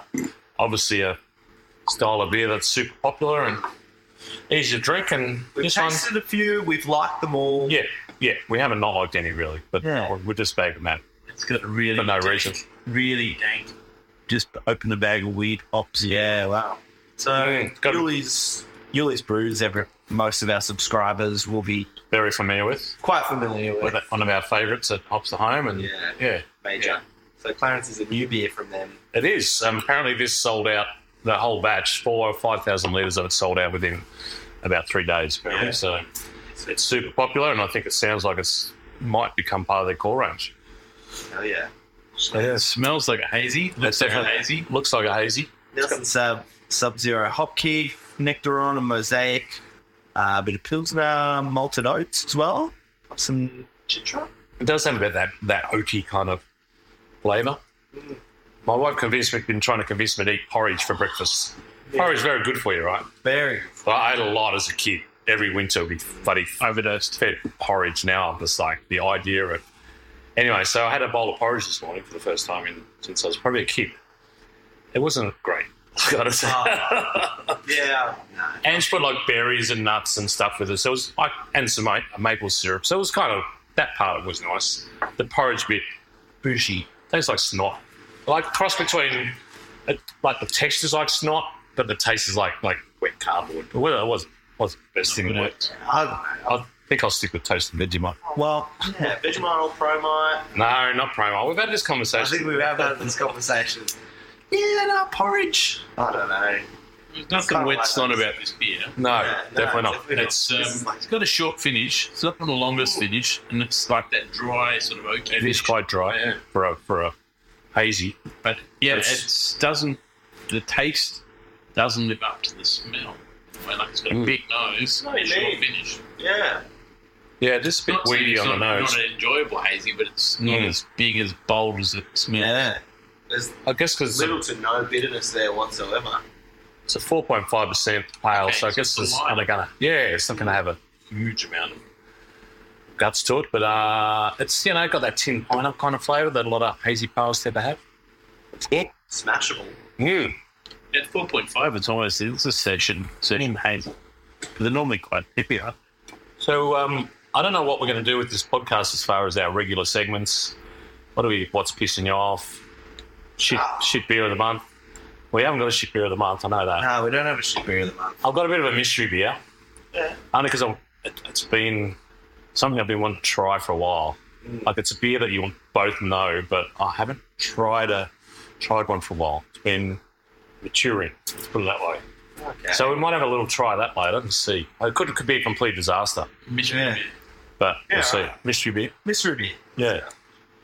Speaker 2: obviously a style of beer that's super popular and easy to drink. And
Speaker 1: We've
Speaker 2: this one,
Speaker 1: tasted a few, we've liked them all.
Speaker 2: yeah, yeah, we haven't not liked any really, but
Speaker 3: Yeah.
Speaker 2: we're, we're just bagging them out
Speaker 4: It's got a really
Speaker 2: for no
Speaker 4: dank-
Speaker 2: reason.
Speaker 4: Really dank.
Speaker 3: Just open the bag of weird hops. Yeah, wow. So
Speaker 2: Mm, got-
Speaker 3: Yuli's, Yuli's Brews, every, most of our subscribers will be
Speaker 2: Very familiar with.
Speaker 3: quite familiar with.
Speaker 2: We're the- one of our favourites at Hops the Home, and
Speaker 1: Yeah.
Speaker 2: yeah.
Speaker 1: Major.
Speaker 2: Yeah.
Speaker 1: So Clarence is a new beer from them.
Speaker 2: It is. Um, apparently, this sold out the whole batch, four or five thousand liters of it sold out within about three days. Apparently,
Speaker 1: Yeah.
Speaker 2: so it's super popular, and I think it sounds like it's might become part of their core range.
Speaker 1: Hell Oh, yeah.
Speaker 4: It smells like a hazy. Looks
Speaker 2: That's
Speaker 4: like a
Speaker 2: definitely-
Speaker 4: hazy.
Speaker 2: Looks like a hazy.
Speaker 3: Nelson Sub, Sub Zero Hopkey, Nectaron, and Mosaic, uh, a bit of Pilsner, malted oats as well. Some
Speaker 1: Chitra?
Speaker 2: It does have a bit of that that oaty kind of flavour.
Speaker 4: Mm.
Speaker 2: My wife convinced me, been trying to convince me to eat porridge for breakfast. Porridge is very good for you, right?
Speaker 3: very
Speaker 2: Well, I ate a lot as a kid, every winter we bloody
Speaker 4: Overdosed.
Speaker 2: fed porridge now. I'm just like the idea of. Anyway, so I had a bowl of porridge this morning for the first time in, since I was probably a kid. It wasn't great. I gotta say.
Speaker 1: Yeah.
Speaker 2: and she put like berries and nuts and stuff with it. So it was like, and some ma- maple syrup. So it was kind of that part of it was nice. The porridge bit, bougie. Tastes like snot. Like cross between, it, like the texture's like snot, but the taste is like like wet cardboard. But whether it was was the best thing. in the world.
Speaker 1: I don't know.
Speaker 2: I think I'll stick with toast and Vegemite.
Speaker 3: Well,
Speaker 1: Yeah, Vegemite or Promite.
Speaker 2: No, not Primo. We've had this
Speaker 1: I
Speaker 2: conversation.
Speaker 1: think we've had that- this conversation. Yeah, no, porridge. I don't know.
Speaker 4: There's
Speaker 1: Kinda
Speaker 4: nothing
Speaker 1: like
Speaker 4: wet snot
Speaker 1: that.
Speaker 4: about this beer.
Speaker 2: no,
Speaker 1: Yeah, no,
Speaker 2: definitely not.
Speaker 1: definitely not.
Speaker 4: It's, um,
Speaker 1: This is like-
Speaker 4: it's got a short finish. It's not the longest finish, and it's like that dry sort of oaky.
Speaker 2: It is
Speaker 4: finish.
Speaker 2: quite dry for a for a hazy.
Speaker 4: But yeah,
Speaker 2: It's-
Speaker 4: it doesn't. The taste doesn't live up to the smell. Well, Like it's got a
Speaker 2: Mm.
Speaker 4: big nose,
Speaker 1: No, you
Speaker 4: short
Speaker 1: mean.
Speaker 4: finish.
Speaker 1: Yeah.
Speaker 2: Yeah, just a bit
Speaker 4: Not saying
Speaker 2: weedy
Speaker 4: it's
Speaker 2: on the
Speaker 4: not,
Speaker 2: nose.
Speaker 4: Not an enjoyable hazy, but it's not
Speaker 2: Mm.
Speaker 4: as big as bold as it smells.
Speaker 1: Yeah. There's
Speaker 2: I guess because
Speaker 1: little to no bitterness there whatsoever.
Speaker 2: It's a 4.5% pale,
Speaker 4: Okay,
Speaker 2: so I
Speaker 4: so
Speaker 2: guess
Speaker 4: it's
Speaker 2: it's
Speaker 4: light.
Speaker 2: not gonna. Yeah, it's not gonna have a huge amount of guts to it, but uh, it's you know got that tin pineapple kind of flavour that a lot of hazy pales tend to have.
Speaker 1: Smashable.
Speaker 2: Mm.
Speaker 4: At four point five, it's almost it's a session session hazy. But they're normally quite hippier.
Speaker 2: So um, I don't know what we're gonna do with this podcast as far as our regular segments. What are we? What's pissing you off? Shit, shit beer of the month. We haven't got a shit beer of the month. I know that.
Speaker 1: No, we don't have a shit beer of the month.
Speaker 2: I've got a bit of a mystery beer.
Speaker 1: Yeah.
Speaker 2: Only because it, it's been something I've been wanting to try for a while.
Speaker 1: Mm.
Speaker 2: Like it's a beer that you both know, but I haven't tried a tried one for a while. It's been maturing. Let's put it that way.
Speaker 1: Okay.
Speaker 2: So we might have a little try that later and see. It could could be a complete disaster,
Speaker 4: Mission
Speaker 1: Yeah.
Speaker 4: beer.
Speaker 2: but
Speaker 1: Yeah.
Speaker 2: we'll see. Mystery beer.
Speaker 1: mystery beer.
Speaker 2: Yeah.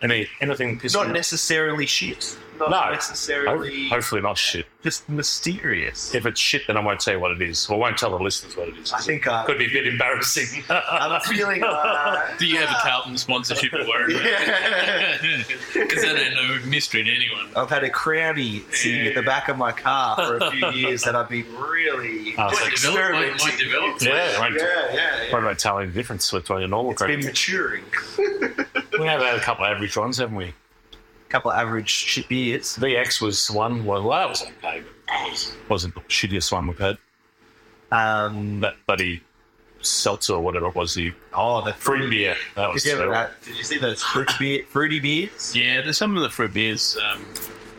Speaker 2: Any anything pissing?
Speaker 3: not necessarily shit,
Speaker 1: Not
Speaker 2: No.
Speaker 1: necessarily.
Speaker 2: Hopefully not shit.
Speaker 3: just mysterious.
Speaker 2: If it's shit, then I won't tell you what it is. Or I won't tell the listeners what it is.
Speaker 1: I think uh,
Speaker 2: could be a bit embarrassing.
Speaker 1: I'm feeling. Uh,
Speaker 4: Do you have a Carlton sponsorship at work?
Speaker 1: yeah.
Speaker 4: Because that ain't no mystery to anyone.
Speaker 3: I've had a crownie sitting at the back of my car for a few years that I've been really.
Speaker 1: Oh,
Speaker 2: Uh,
Speaker 4: Might develop, might, might develop.
Speaker 2: yeah, I won't-
Speaker 1: Yeah, yeah, yeah.
Speaker 2: What about telling the difference between a normal
Speaker 3: It's been
Speaker 2: credit?
Speaker 3: maturing.
Speaker 2: We have had a couple of average ones, haven't we?
Speaker 3: A couple of average shit beers.
Speaker 2: VX was one. Well, that was okay. but That was, wasn't the shittiest one we've had.
Speaker 3: Um,
Speaker 2: That bloody seltzer or whatever it was, the
Speaker 3: oh, the
Speaker 2: free beer. That was
Speaker 3: Did you, ever,
Speaker 2: terrible.
Speaker 3: that, did you see those fruit beer, fruity beers?
Speaker 4: Yeah, there's some of the fruit beers. Um,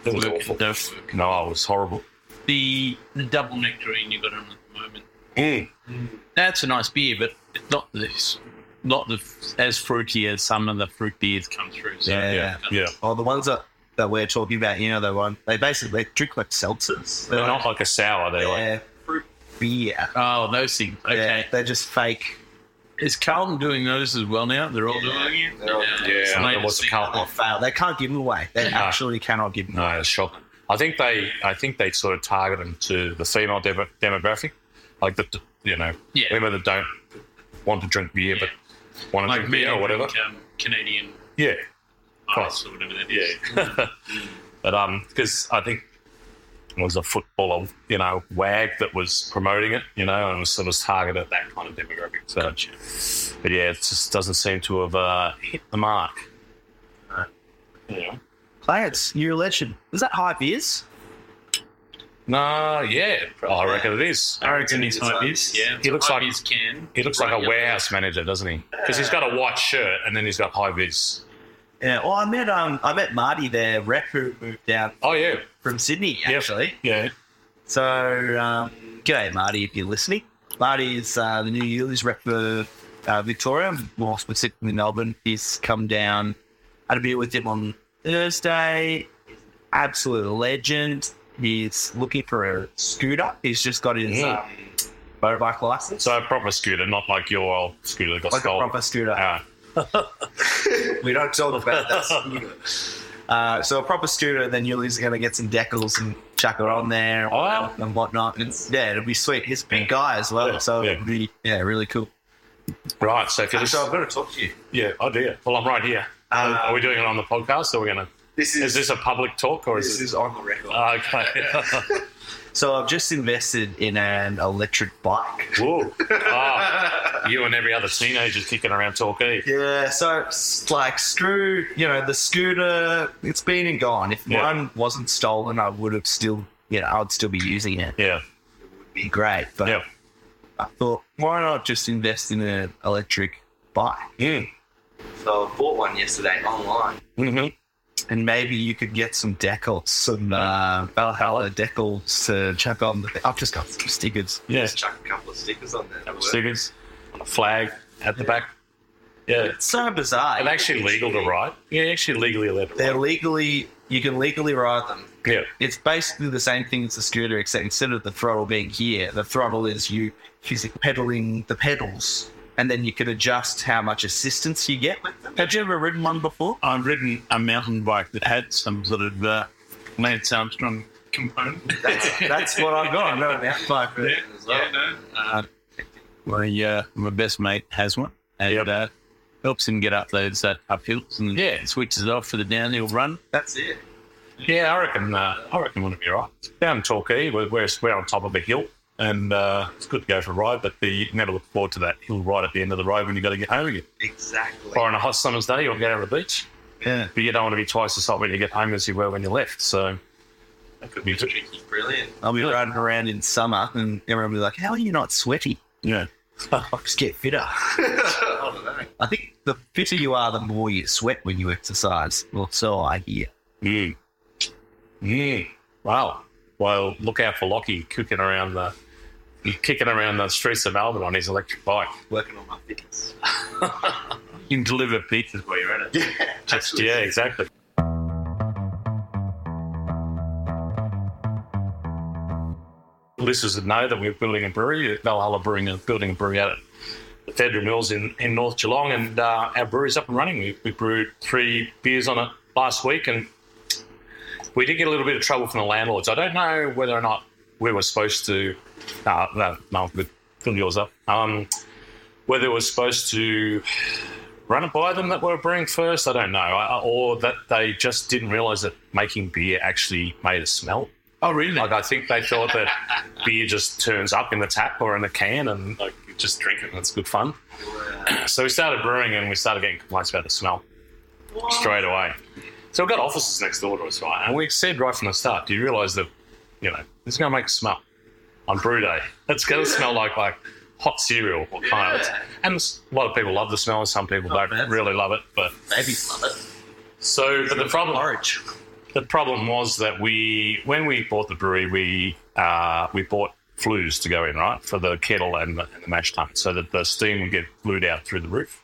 Speaker 2: It was
Speaker 4: work and
Speaker 2: awful.
Speaker 4: don't work.
Speaker 2: No, it was horrible.
Speaker 4: The, the double nectarine you got on at the moment.
Speaker 2: Mm.
Speaker 4: That's a nice beer, but it's not this, not the as fruity as some of the fruit beers come through. So
Speaker 3: Yeah.
Speaker 2: Yeah, yeah.
Speaker 3: Or Oh, the ones that, that we're talking about, you know, the one they basically they drink like seltzers.
Speaker 2: They're not like a sour. They're like
Speaker 3: yeah, fruit beer.
Speaker 4: Oh, those things. Okay.
Speaker 3: Yeah, they're just fake.
Speaker 4: Is Carlton doing those as well now? They're all doing it.
Speaker 1: They're all doing
Speaker 2: yeah.
Speaker 4: It's the
Speaker 2: It
Speaker 4: latest
Speaker 2: was a
Speaker 4: thing.
Speaker 2: Carlton.
Speaker 3: They fail. They can't give them away. They
Speaker 2: No.
Speaker 3: actually cannot give them.
Speaker 2: No, it's shocking. I think they, I think they sort of target them to the female dem- demographic, like the, you know,
Speaker 4: Yeah.
Speaker 2: women that don't want to drink beer but want to
Speaker 4: Like
Speaker 2: drink
Speaker 4: me
Speaker 2: beer or whatever.
Speaker 4: um, Canadian
Speaker 2: Yeah,
Speaker 4: ice or whatever that is.
Speaker 2: Yeah. but um, because I think it was a footballer, you know, wag that was promoting it, you know, and it was, it was targeted at that kind of demographic. So, but yeah, it just doesn't seem to have uh, hit the mark. Yeah.
Speaker 3: Clarence, you're a legend. Was that high beers?
Speaker 2: No, yeah, I reckon it is.
Speaker 4: I reckon
Speaker 1: it's
Speaker 4: these high
Speaker 1: like-
Speaker 4: beers. Yeah,
Speaker 2: He looks
Speaker 4: high
Speaker 2: like-
Speaker 4: beers can.
Speaker 2: He looks like
Speaker 4: Right,
Speaker 2: a
Speaker 4: yeah.
Speaker 2: warehouse manager, doesn't he? Because he's got a white shirt and then he's got high vis.
Speaker 3: Yeah. Well, I met um I met Marty there, rep who moved down
Speaker 2: Oh yeah,
Speaker 3: from Sydney actually.
Speaker 2: yeah.
Speaker 3: So um, g'day Marty, if you're listening. Marty is uh, the new yearly's rep for uh, Victoria, more specifically Melbourne. He's come down. Had a beer with him on Thursday. Absolute legend. He's looking for a scooter. He's just got his
Speaker 2: Yeah.
Speaker 3: um, motorbike license.
Speaker 2: So a proper scooter, not like your old scooter that got
Speaker 3: like a
Speaker 2: stolen.
Speaker 3: proper scooter.
Speaker 2: Ah,
Speaker 3: We don't talk about that scooter. Uh, so a proper scooter, then Yuli's going to get some decals and chuck her on there
Speaker 2: Oh, wow.
Speaker 3: and whatnot. It's, yeah, it'll be sweet. He's a big guy as well,
Speaker 2: Yeah,
Speaker 3: so
Speaker 2: yeah.
Speaker 3: it'll be yeah, really cool.
Speaker 2: right. So if you listen,
Speaker 1: got to talk to you.
Speaker 2: yeah, oh dear. Well, I'm right here.
Speaker 1: Uh,
Speaker 2: Are we doing it on the podcast, or we're gonna?
Speaker 1: This is,
Speaker 2: Is this a public talk, or
Speaker 1: this
Speaker 2: is
Speaker 1: is
Speaker 2: it?
Speaker 1: on the record.
Speaker 2: Ah, okay.
Speaker 3: So I've just invested in an electric bike.
Speaker 2: Whoa. Ah, you and every other teenager's kicking around Torquay.
Speaker 3: Yeah, so it's like screw, you know, the scooter. It's been and gone. If
Speaker 2: Yeah.
Speaker 3: mine wasn't stolen, I would have still, you know, I'd still be using it.
Speaker 2: Yeah.
Speaker 3: It'd be great. But
Speaker 2: Yeah.
Speaker 3: I thought, why not just invest in an electric bike?
Speaker 2: Mm.
Speaker 3: So I bought one yesterday online.
Speaker 2: hmm
Speaker 3: and maybe you could get some decals, some uh, Valhalla decals to chuck on. The, I've just got some stickers.
Speaker 2: Yeah.
Speaker 1: chuck a couple of stickers on there. That work.
Speaker 2: Stickers, a flag at the back. Yeah.
Speaker 3: It's so bizarre.
Speaker 2: And actually legal to ride. Yeah, actually legally allowed to
Speaker 3: They're
Speaker 2: ride.
Speaker 3: legally, you can legally ride them.
Speaker 2: Yeah.
Speaker 3: It's basically the same thing as the scooter, except instead of the throttle being here, the throttle is you physically pedaling the pedals, and then you can adjust how much assistance you get with them.
Speaker 4: Have you ever ridden one before? I've ridden a mountain bike that had some sort of uh, Lance Armstrong component.
Speaker 3: That's, that's what I've got. I've got an outbike version as well.
Speaker 4: no. Uh, my, uh, my best mate has one, and
Speaker 2: Yep.
Speaker 4: uh, helps him get up those uh, uphills and
Speaker 2: Yeah.
Speaker 4: switches off for the downhill run.
Speaker 3: That's it.
Speaker 2: Yeah, I reckon. Uh, I reckon we'll be right down Torquay. We're, we're we're on top of a hill, and uh, it's good to go for a ride. But the, you can never look forward to that hill right at the end of the road when you got to get home again.
Speaker 1: Exactly.
Speaker 2: Or on a hot summer's day, you'll get out of the beach,
Speaker 3: Yeah.
Speaker 2: but you don't want to be twice as hot when you get home as you were when you left. So that could be tricky.
Speaker 1: Brilliant.
Speaker 3: I'll be riding around in summer, and everyone will be like, "How are you not sweaty?"
Speaker 4: Yeah.
Speaker 3: I just get fitter.
Speaker 1: I don't know.
Speaker 3: I think the fitter you are, the more you sweat when you exercise. Well, so I hear.
Speaker 2: Mm. Mm. Wow. Well, look out for Lockie kicking around the kicking around the streets of Melbourne on his electric bike.
Speaker 1: Working on my fitness.
Speaker 4: You can deliver pizzas while you're at it.
Speaker 1: Yeah. absolutely.
Speaker 2: Yeah, exactly. Listeners would know that we're building a brewery, Valhalla Brewing, are building a brewery out at the Federal Mills in, in North Geelong, and uh, our brewery's up and running. We, we brewed three beers on it last week, and we did get a little bit of trouble from the landlords. I don't know whether or not we were supposed to. No, no, no, good. Fill yours up. Um, whether we're supposed to run it by them that were brewing first. I don't know, I, or that they just didn't realize that making beer actually made a smell.
Speaker 4: Oh, really?
Speaker 2: Like I think they thought that beer just turns up in the tap or in the can, and like you just drink it, and it's good fun. So we started brewing, and we started getting complaints about the smell straight away. So we got offices next door to us, right? And we said right from the start, do you realise that, you know, it's going to make a smell on brew day? It's going to smell like like hot cereal or kind of.
Speaker 1: Yeah.
Speaker 2: And s- a lot of people love the smell, and some people don't
Speaker 3: bad.
Speaker 2: really love it. But
Speaker 3: Babies love it.
Speaker 2: so, but the problem
Speaker 3: Orange.
Speaker 2: the problem was that we when we bought the brewery we uh, we bought flues to go in right for the kettle and the, and the mash tun so that the steam would get flued out through the roof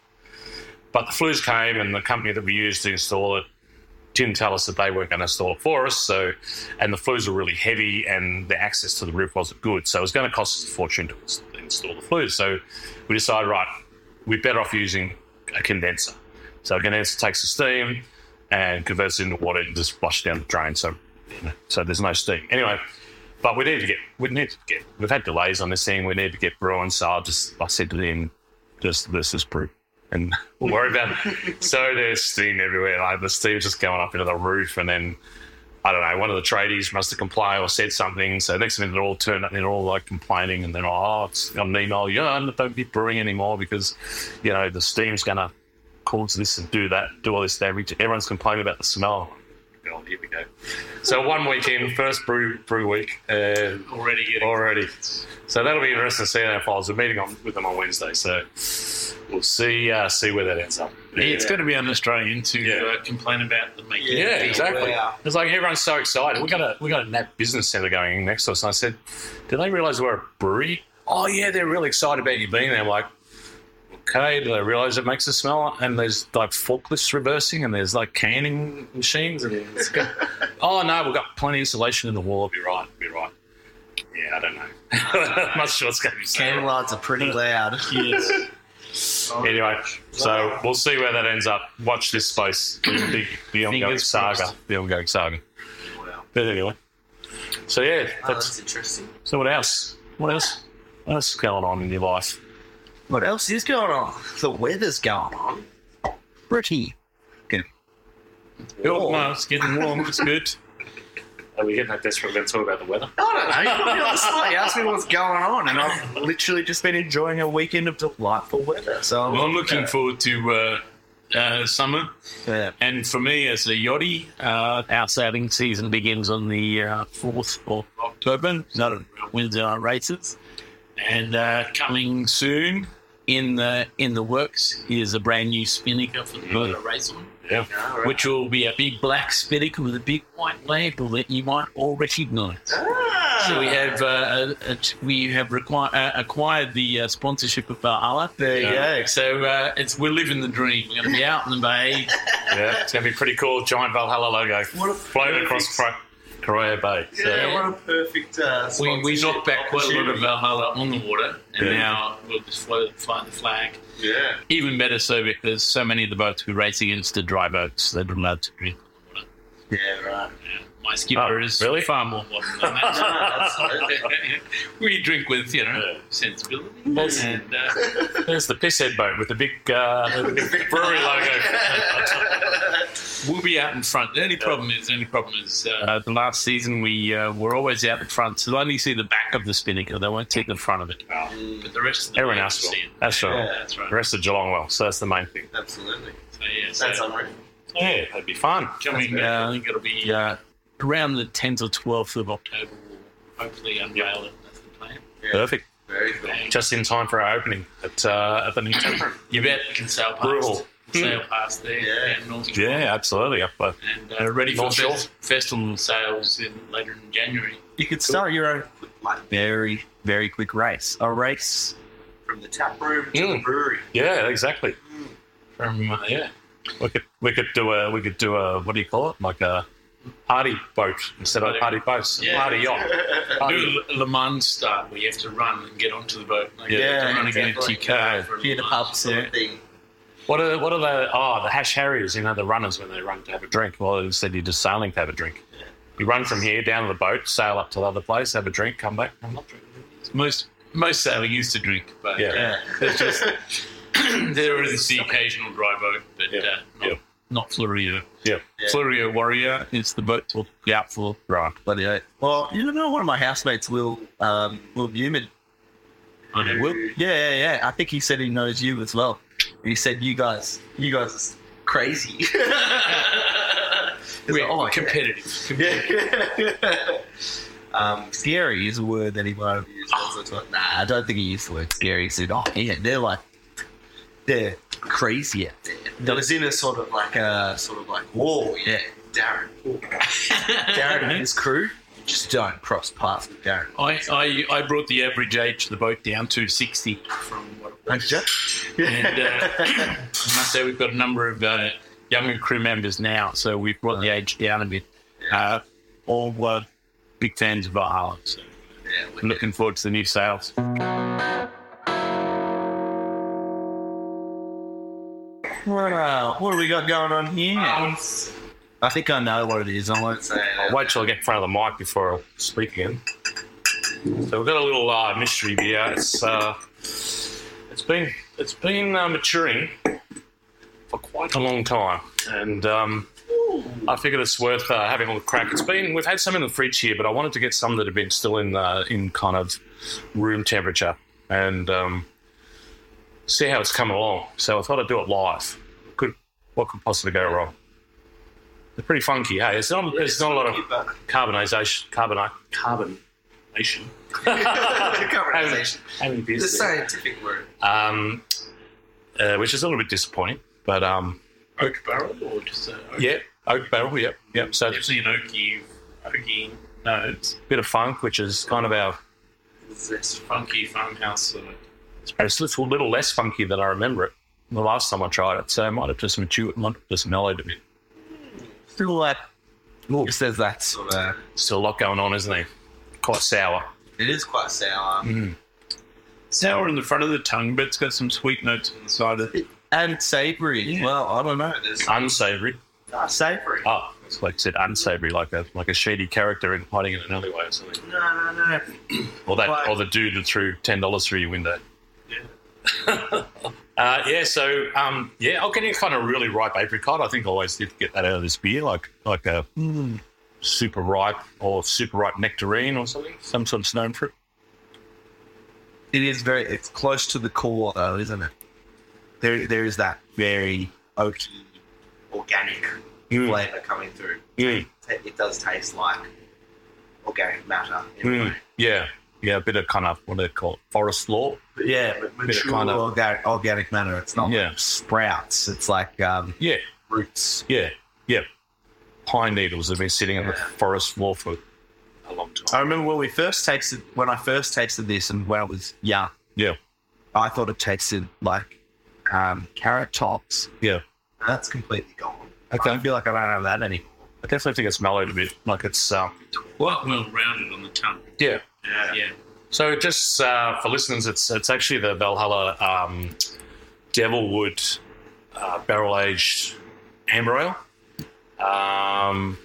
Speaker 2: but the flues came and the company that we used to install it didn't tell us that they weren't going to install it for us so and the flues were really heavy and the access to the roof wasn't good so it was going to cost us a fortune to ins- install the flues so we decided right we're better off using a condenser so a condenser takes the steam and converts it into water and just flush down the drain. So, you know, so there's no steam. Anyway, but we need to get we need to get we've had delays on this thing. We need to get brewing. So I just I said to them, just let's just brew and we'll worry about it. So there's steam everywhere. Like the steam's just going up into the roof, and then I don't know. One of the tradies must have complained or said something. So next minute they're all turned up. They're all like complaining, and they're oh, it's got an email. Yeah, don't be brewing anymore because you know the steam's gonna cause this and do that, do all this. That everyone's complaining about the smell. God, Oh, here we go. So one weekend, first brew brew week, uh,
Speaker 1: Already getting.
Speaker 2: already. So that'll be interesting to see how that follows. We're meeting on, with them on Wednesday, so we'll see uh, see where that ends up.
Speaker 4: Yeah, it's going to be an Australian to
Speaker 2: Yeah.
Speaker 4: uh, complain about the making.
Speaker 2: Yeah, exactly.
Speaker 1: Wow.
Speaker 2: It's like everyone's so excited. We got a we got a NAP business centre going in next to us, and I said, "Do they realise we're a brewery?" Oh yeah, they're really excited about you being there. I'm like, okay, do they realise it makes a smell? And there's like forklifts reversing, and there's like canning machines, and it's got, oh no, we've got plenty of insulation in the wall. Be right, be right. Yeah, I don't know. I'm not sure it's going to be. so
Speaker 3: Can lights are pretty loud.
Speaker 4: Yes.
Speaker 2: Anyway, so we'll see where that ends up. Watch this space. The, the ongoing
Speaker 4: Fingers
Speaker 2: saga.
Speaker 4: crossed.
Speaker 2: The ongoing saga.
Speaker 1: Wow.
Speaker 2: But anyway. So yeah,
Speaker 1: Oh,
Speaker 2: that's
Speaker 1: that's interesting.
Speaker 2: so what else? What else? What else is going on in your life?
Speaker 3: What else is going on? The weather's going on. Pretty.
Speaker 4: Oh, no, it's getting warm. It's good.
Speaker 2: Are we getting that desperate? We're going to talk about the weather.
Speaker 1: I don't know. You put me on the spot. You asked me what's going on, and I've literally just been enjoying a weekend of delightful weather. So
Speaker 4: Well, I'm looking forward to uh, uh, summer.
Speaker 3: Yeah.
Speaker 4: And for me, as a yachty, uh, our sailing season begins on the uh, 4th of October, not a Wednesday night races. And uh, coming soon in the in the works is a brand new spinnaker for the Berta Race on,
Speaker 2: Yeah.
Speaker 4: which will be a big black spinnaker with a big white label that you might all recognise. So we have uh, uh, we have require, uh, acquired the uh, sponsorship of uh, Allah.
Speaker 3: There you go.
Speaker 4: So uh, it's we're living the dream. We're going to be out in the bay.
Speaker 2: Yeah, it's going to be pretty cool. Giant Valhalla logo
Speaker 1: What a
Speaker 2: floating across Cro- Corio Bay. So,
Speaker 1: Yeah, what a perfect. Uh,
Speaker 4: We, we
Speaker 1: sponsorship
Speaker 4: knocked back quite a lot of
Speaker 1: opportunity.
Speaker 4: Valhalla on the water, and
Speaker 2: Yeah.
Speaker 4: now we'll just float, fly the flag.
Speaker 1: Yeah.
Speaker 4: Even better, so be- there's so many of the boats who race against the dry boats. They're not allowed to drink.
Speaker 1: Yeah. Right.
Speaker 4: My skipper
Speaker 2: Oh,
Speaker 4: is
Speaker 2: really?
Speaker 4: far more modern than that. we drink with you know
Speaker 2: Yeah.
Speaker 4: sensibility,
Speaker 2: That's-
Speaker 4: and uh,
Speaker 2: There's the pisshead boat with the big, uh, the big brewery logo.
Speaker 4: We'll be out in front. The only problem is, the only problem is, uh, the last season we uh, were always out the front, so they'll only see the back of the spinnaker. They won't see the front of it. But the rest of the
Speaker 2: Everyone
Speaker 4: boat
Speaker 2: else
Speaker 4: will
Speaker 2: will.
Speaker 4: see it.
Speaker 2: That's right.
Speaker 4: Yeah, that's right.
Speaker 2: The rest of Geelong well, so that's the main thing.
Speaker 1: Absolutely.
Speaker 4: So, yeah, so
Speaker 1: That's unreal.
Speaker 2: Yeah, that'd be fun.
Speaker 4: coming, uh, I think it'll be uh, around the 10th or 12th of October. We'll hopefully unveil it. That's the plan.
Speaker 2: Perfect.
Speaker 1: Very cool.
Speaker 2: Just in time for our opening at uh, at the new temperate.
Speaker 4: You bet. We can sail past.
Speaker 2: Brutal.
Speaker 4: Sail past there.
Speaker 1: Yeah.
Speaker 4: And, North-
Speaker 2: Yeah, absolutely. Up uh,
Speaker 4: and uh, ready for
Speaker 2: North Shore.
Speaker 4: fest- festival sales in, later in January.
Speaker 3: You could start your own like very, very quick race. A race
Speaker 1: From the tap room to the
Speaker 2: Mm.
Speaker 1: brewery.
Speaker 2: Yeah, exactly. From, uh, yeah, we could we could do a we could do a what do you call it like a party boat instead of party
Speaker 4: Party
Speaker 2: boats,
Speaker 4: Yeah.
Speaker 2: party yacht. Party-
Speaker 4: Do Le Mans style where you have to run and get onto the boat. Like, you have
Speaker 3: Yeah,
Speaker 4: to run
Speaker 1: exactly.
Speaker 4: and get a TK. for Le
Speaker 3: few
Speaker 4: Mans.
Speaker 3: pubs.
Speaker 1: Sort
Speaker 3: Yeah.
Speaker 1: of thing.
Speaker 2: What are what are the oh the hash harriers? You know the runners when they run to have a drink. Well, instead you're just sailing to have a drink. You run from here down to the boat, sail up to the other place, have a drink, come back. I'm not drinking.
Speaker 4: Most most sailing used to drink, but
Speaker 2: Yeah.
Speaker 4: uh, there's just there is the occasional dry boat, but
Speaker 2: Yeah.
Speaker 4: uh, not,
Speaker 2: Yeah.
Speaker 4: not Florio.
Speaker 2: Yeah.
Speaker 1: Yeah.
Speaker 4: Florio Warrior is the boat to look out for.
Speaker 2: Right.
Speaker 3: Bloody oath. Well, you know, one of my housemates, Will, um, Will Newman.
Speaker 4: I know.
Speaker 3: Will, yeah, yeah, yeah. I think he said he knows you as well. He said you guys, you guys are crazy. He's
Speaker 4: We're
Speaker 3: like, oh, yeah.
Speaker 4: competitive.
Speaker 1: Yeah. um,
Speaker 3: Scary is a word that he might have used. That's what- Nah, I don't think he used the word scary. He said, oh, yeah, they're like, they're crazy out there.
Speaker 1: it was in a sort of like a sort of like whoa, yeah, Darren,
Speaker 3: Darren and his crew just don't cross paths with Darren.
Speaker 4: I, I I brought the average age of the boat down to sixty from what it was.
Speaker 3: Don't you?
Speaker 4: and uh, I must say we've got a number of uh, younger crew members now, so we've brought the age down a bit. Uh, all uh, big fans of Valhalla, so
Speaker 1: yeah,
Speaker 4: I'm looking forward to the new sales.
Speaker 3: Wow, what do we got going on here? I think I know what it is. I
Speaker 1: I'd
Speaker 3: won't
Speaker 1: say that.
Speaker 2: I'll wait till I get in front of the mic before I speak again. So we've got a little uh, mystery beer. It's uh, it's been it's been uh, maturing for quite a long time, and um, I figured it's worth uh, having a little crack. It's been we've had some in the fridge here, but I wanted to get some that have been still in uh, in kind of room temperature and um, see how it's come along. So I thought I'd do it live. Could what could possibly go wrong? They're pretty funky, hey. It's not it's not a lot of
Speaker 1: But-
Speaker 2: carbonization, carbon, carbonation.
Speaker 1: Carbonization.
Speaker 2: Having
Speaker 1: It's a
Speaker 2: beers there.
Speaker 1: scientific word.
Speaker 2: Um, uh, which is a little bit disappointing, but um,
Speaker 4: Oak barrel or just a oak?
Speaker 2: yeah, oak barrel, yep, yep. So it's
Speaker 4: definitely an oaky, oaky notes,
Speaker 2: a bit of funk, which is kind of our.
Speaker 1: Zest.
Speaker 4: funky farmhouse uh, sort of.
Speaker 2: It's a little, little less funky than I remember it the last time I tried it, so it might have just matured, might have just mellowed a bit.
Speaker 3: Still like, oh, says that sort of.
Speaker 2: Still a lot going on, isn't there? Quite sour.
Speaker 1: It is quite sour.
Speaker 3: Mm.
Speaker 4: Sour in the front of the tongue, but it's got some sweet notes on the side of it.
Speaker 3: and savory as
Speaker 4: Yeah.
Speaker 3: well. I don't know.
Speaker 1: There's
Speaker 2: Unsavory.
Speaker 3: Savory.
Speaker 2: Oh, it's like I said, unsavory, like a like a shady character in hiding in another way or something.
Speaker 1: no, no, no.
Speaker 2: Or that,
Speaker 1: Right.
Speaker 2: or the dude that threw ten dollars through your window. Yeah. uh, yeah. So,
Speaker 1: Mm.
Speaker 2: um, yeah, I'll get in kind of really ripe apricot. I think I always did get that out of this beer, like like a super ripe or super ripe nectarine or something, some sort of stone fruit.
Speaker 3: It is very. It's close to the core, though, isn't it? There, there is that very oaky, organic flavor coming through.
Speaker 2: Mm.
Speaker 3: It, it does taste like organic matter. in a
Speaker 2: Mm.
Speaker 3: way.
Speaker 2: Yeah, yeah, a bit of kind of what do they call it? forest law.
Speaker 3: But yeah, but mature
Speaker 2: kind of-
Speaker 3: organic, organic matter. It's not
Speaker 2: Yeah.
Speaker 3: like sprouts. It's like um,
Speaker 2: Yeah,
Speaker 3: roots.
Speaker 2: yeah, yeah. Pine needles have been sitting on the
Speaker 3: Yeah. Uh,
Speaker 2: forest floor for a long time.
Speaker 3: I remember when we first tasted when I first tasted this, and when I was young,
Speaker 2: Yeah,
Speaker 3: I thought it tasted like um, carrot tops.
Speaker 2: yeah.
Speaker 3: That's completely gone.
Speaker 2: Okay.
Speaker 3: I feel like I don't have that anymore.
Speaker 2: I definitely think it's mellowed a bit. Like it's, uh,
Speaker 4: Well, well rounded on the tongue.
Speaker 2: yeah.
Speaker 4: Yeah. yeah.
Speaker 2: So just uh, for listeners, it's it's actually the Valhalla um, Devilwood uh, barrel aged amber ale. Um,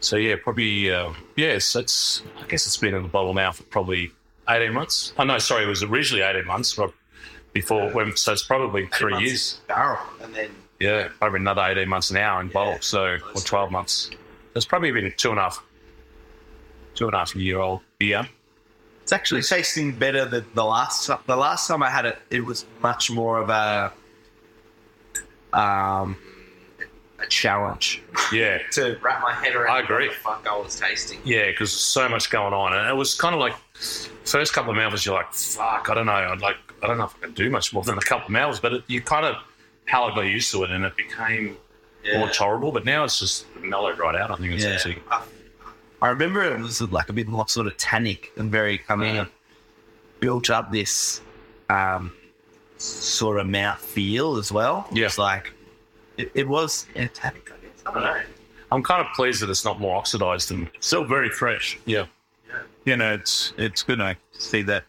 Speaker 2: so yeah, probably uh, yes. It's I guess it's been in the bottle now for probably eighteen months. Oh no, sorry, it was originally eighteen months but before when so it's probably three
Speaker 3: months.
Speaker 2: years.
Speaker 3: Barrel, and then
Speaker 2: Yeah, probably another eighteen months now in bottle. So or
Speaker 3: Nice.
Speaker 2: twelve months. It's probably been two and a half, two and a half year old beer.
Speaker 3: it's actually tasting better than the last time. The last time I had it, it was much more of a um, a challenge
Speaker 2: Yeah.
Speaker 3: to wrap my head around.
Speaker 2: I agree.
Speaker 3: What the fuck, I was tasting.
Speaker 2: Yeah, because so much going on, and it was kind of like first couple of mouths. You're like, "Fuck, I don't know. I'd like, I don't know if I can do much more than a couple of mouths." But it, you kind of palate got used to it, and it became more tolerable. But now it's just mellowed right out. I think it's
Speaker 3: Yeah.
Speaker 2: actually
Speaker 3: I remember it was like a bit more sort of tannic and very kind of built up this um, sort of mouth feel as well.
Speaker 2: Yeah.
Speaker 3: It's like it, it was yeah, tannic, I guess. I don't know.
Speaker 2: I'm kind of pleased that it's not more oxidized and
Speaker 4: Still very fresh.
Speaker 2: yeah,
Speaker 4: You know, it's it's good to see that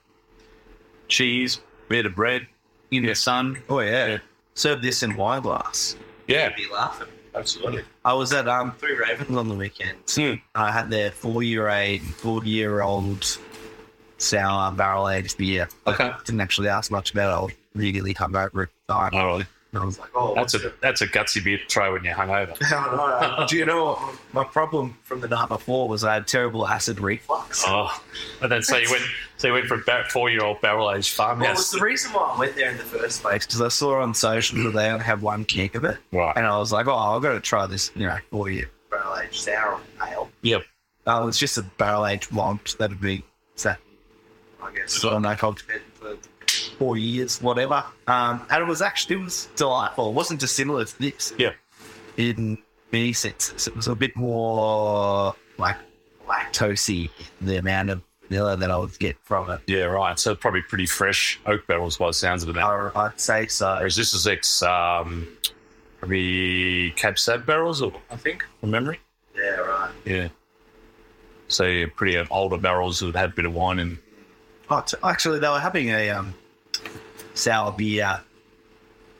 Speaker 4: cheese, bit of bread in the sun.
Speaker 3: Oh yeah.
Speaker 2: Yeah.
Speaker 3: Serve this in wine glass.
Speaker 2: yeah,
Speaker 3: Be laughing.
Speaker 2: absolutely.
Speaker 3: I was at um Three Ravens on the weekend.
Speaker 2: Hmm.
Speaker 3: I had their four year eight, four year old sour barrel aged beer.
Speaker 2: Okay.
Speaker 3: I didn't actually ask much about it. I was really hungover at the time.
Speaker 2: Oh, really?
Speaker 3: And I was like, oh,
Speaker 2: That's
Speaker 3: what's
Speaker 2: a that's a gutsy beer to try when you're hungover.
Speaker 3: I don't know. Do you know what my problem from the night before was? I had terrible acid reflux.
Speaker 2: Oh, and then so you went so you went for a four year old barrel aged
Speaker 3: What was
Speaker 2: farmhouse.
Speaker 3: the reason why I went there in the first place? Because I saw on social that they only have one keg of it,
Speaker 2: Right.
Speaker 3: and I was like, "Oh, I've got to try this." You know, four year barrel aged sour ale.
Speaker 2: Yep.
Speaker 3: Oh, it's just a barrel aged blonde. That'd be that. I guess I don't know if I've had for four years, whatever. Um, and it was actually it was delightful. It wasn't dissimilar to this.
Speaker 2: Yeah.
Speaker 3: in many senses. It was a bit more like lactosey, the amount of vanilla that I would get from it.
Speaker 2: Yeah, right. So probably pretty fresh oak barrels by the sounds of it. Now.
Speaker 3: I, I'd say so.
Speaker 2: Whereas this is ex um, probably Cab Sav barrels, or I think from memory.
Speaker 3: Yeah, right.
Speaker 2: Yeah. So yeah, pretty uh, older barrels that had a bit of wine in.
Speaker 3: Oh, t- actually, they were having a um, sour beer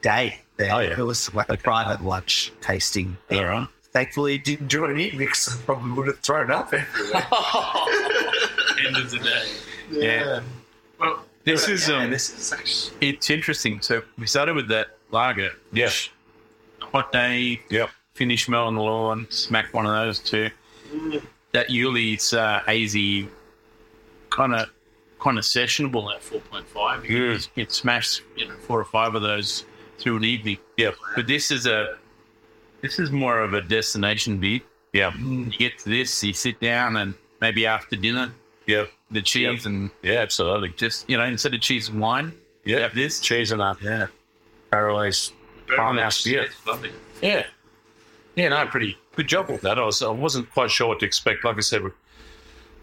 Speaker 3: day there.
Speaker 2: Oh, yeah.
Speaker 3: It was like a private lunch tasting.
Speaker 2: All right.
Speaker 3: Thankfully, it didn't join in because I probably would have thrown up.
Speaker 4: End of the day.
Speaker 3: Yeah.
Speaker 4: Well, this is um,
Speaker 3: this is actually.
Speaker 4: it's interesting. So we started with that lager.
Speaker 2: Yeah.
Speaker 4: Hot day,
Speaker 2: Yep.
Speaker 4: finish Mel on the lawn, smack one of those two. That Yuli's uh, hazy kind of kind of sessionable at 4.5. You
Speaker 2: Yeah.
Speaker 4: can smash you know four or five of those through an evening.
Speaker 2: Yep.
Speaker 4: But this is a this is more of a destination beer.
Speaker 2: Yep.
Speaker 4: You get to this, you sit down, and maybe after dinner,
Speaker 2: Yep.
Speaker 4: the cheese and
Speaker 2: Yeah, absolutely.
Speaker 4: just you know instead of cheese and wine,
Speaker 2: Yeah.
Speaker 4: have this
Speaker 2: Cheese and a
Speaker 3: Yeah.
Speaker 2: barrel aged farmhouse beer.
Speaker 4: It's lovely.
Speaker 2: Yeah. Yeah, no, pretty good job with that. I, was, I wasn't quite sure what to expect. Like I said, we-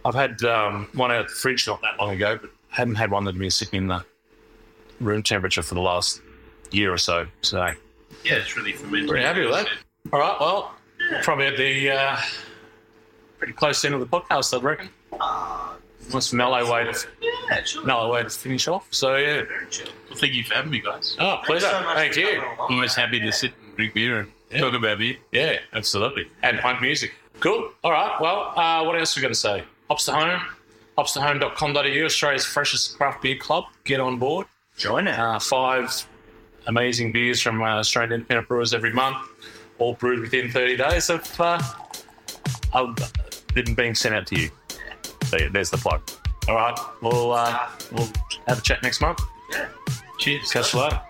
Speaker 2: I've had um, one out of the fridge not that long ago, but haven't had one that's been sitting in the room temperature for the last year or so. So
Speaker 4: Yeah, it's really fermented.
Speaker 2: pretty happy with that. All right, well, probably at the uh, pretty close end of the podcast, I reckon. Nice mellow way to
Speaker 3: Yeah, sure.
Speaker 2: mellow way to finish off. So yeah,
Speaker 4: Well, thank you for having me, guys.
Speaker 2: oh pleasure, thank you.
Speaker 4: Always happy to sit and drink beer and talk about beer.
Speaker 2: Yeah, absolutely. And punk music. Cool. All right. Well, uh, what else we got to say? Hops to Home, hopstohome.com.au, Australia's freshest craft beer club. Get on board.
Speaker 3: Join it.
Speaker 2: Uh, five amazing beers from uh, Australian independent brewers every month, all brewed within 30 days of uh, uh, been being sent out to you. So yeah, there's the plug. All right, we'll uh, we'll have a chat next month.
Speaker 4: Cheers.
Speaker 2: Catch you later.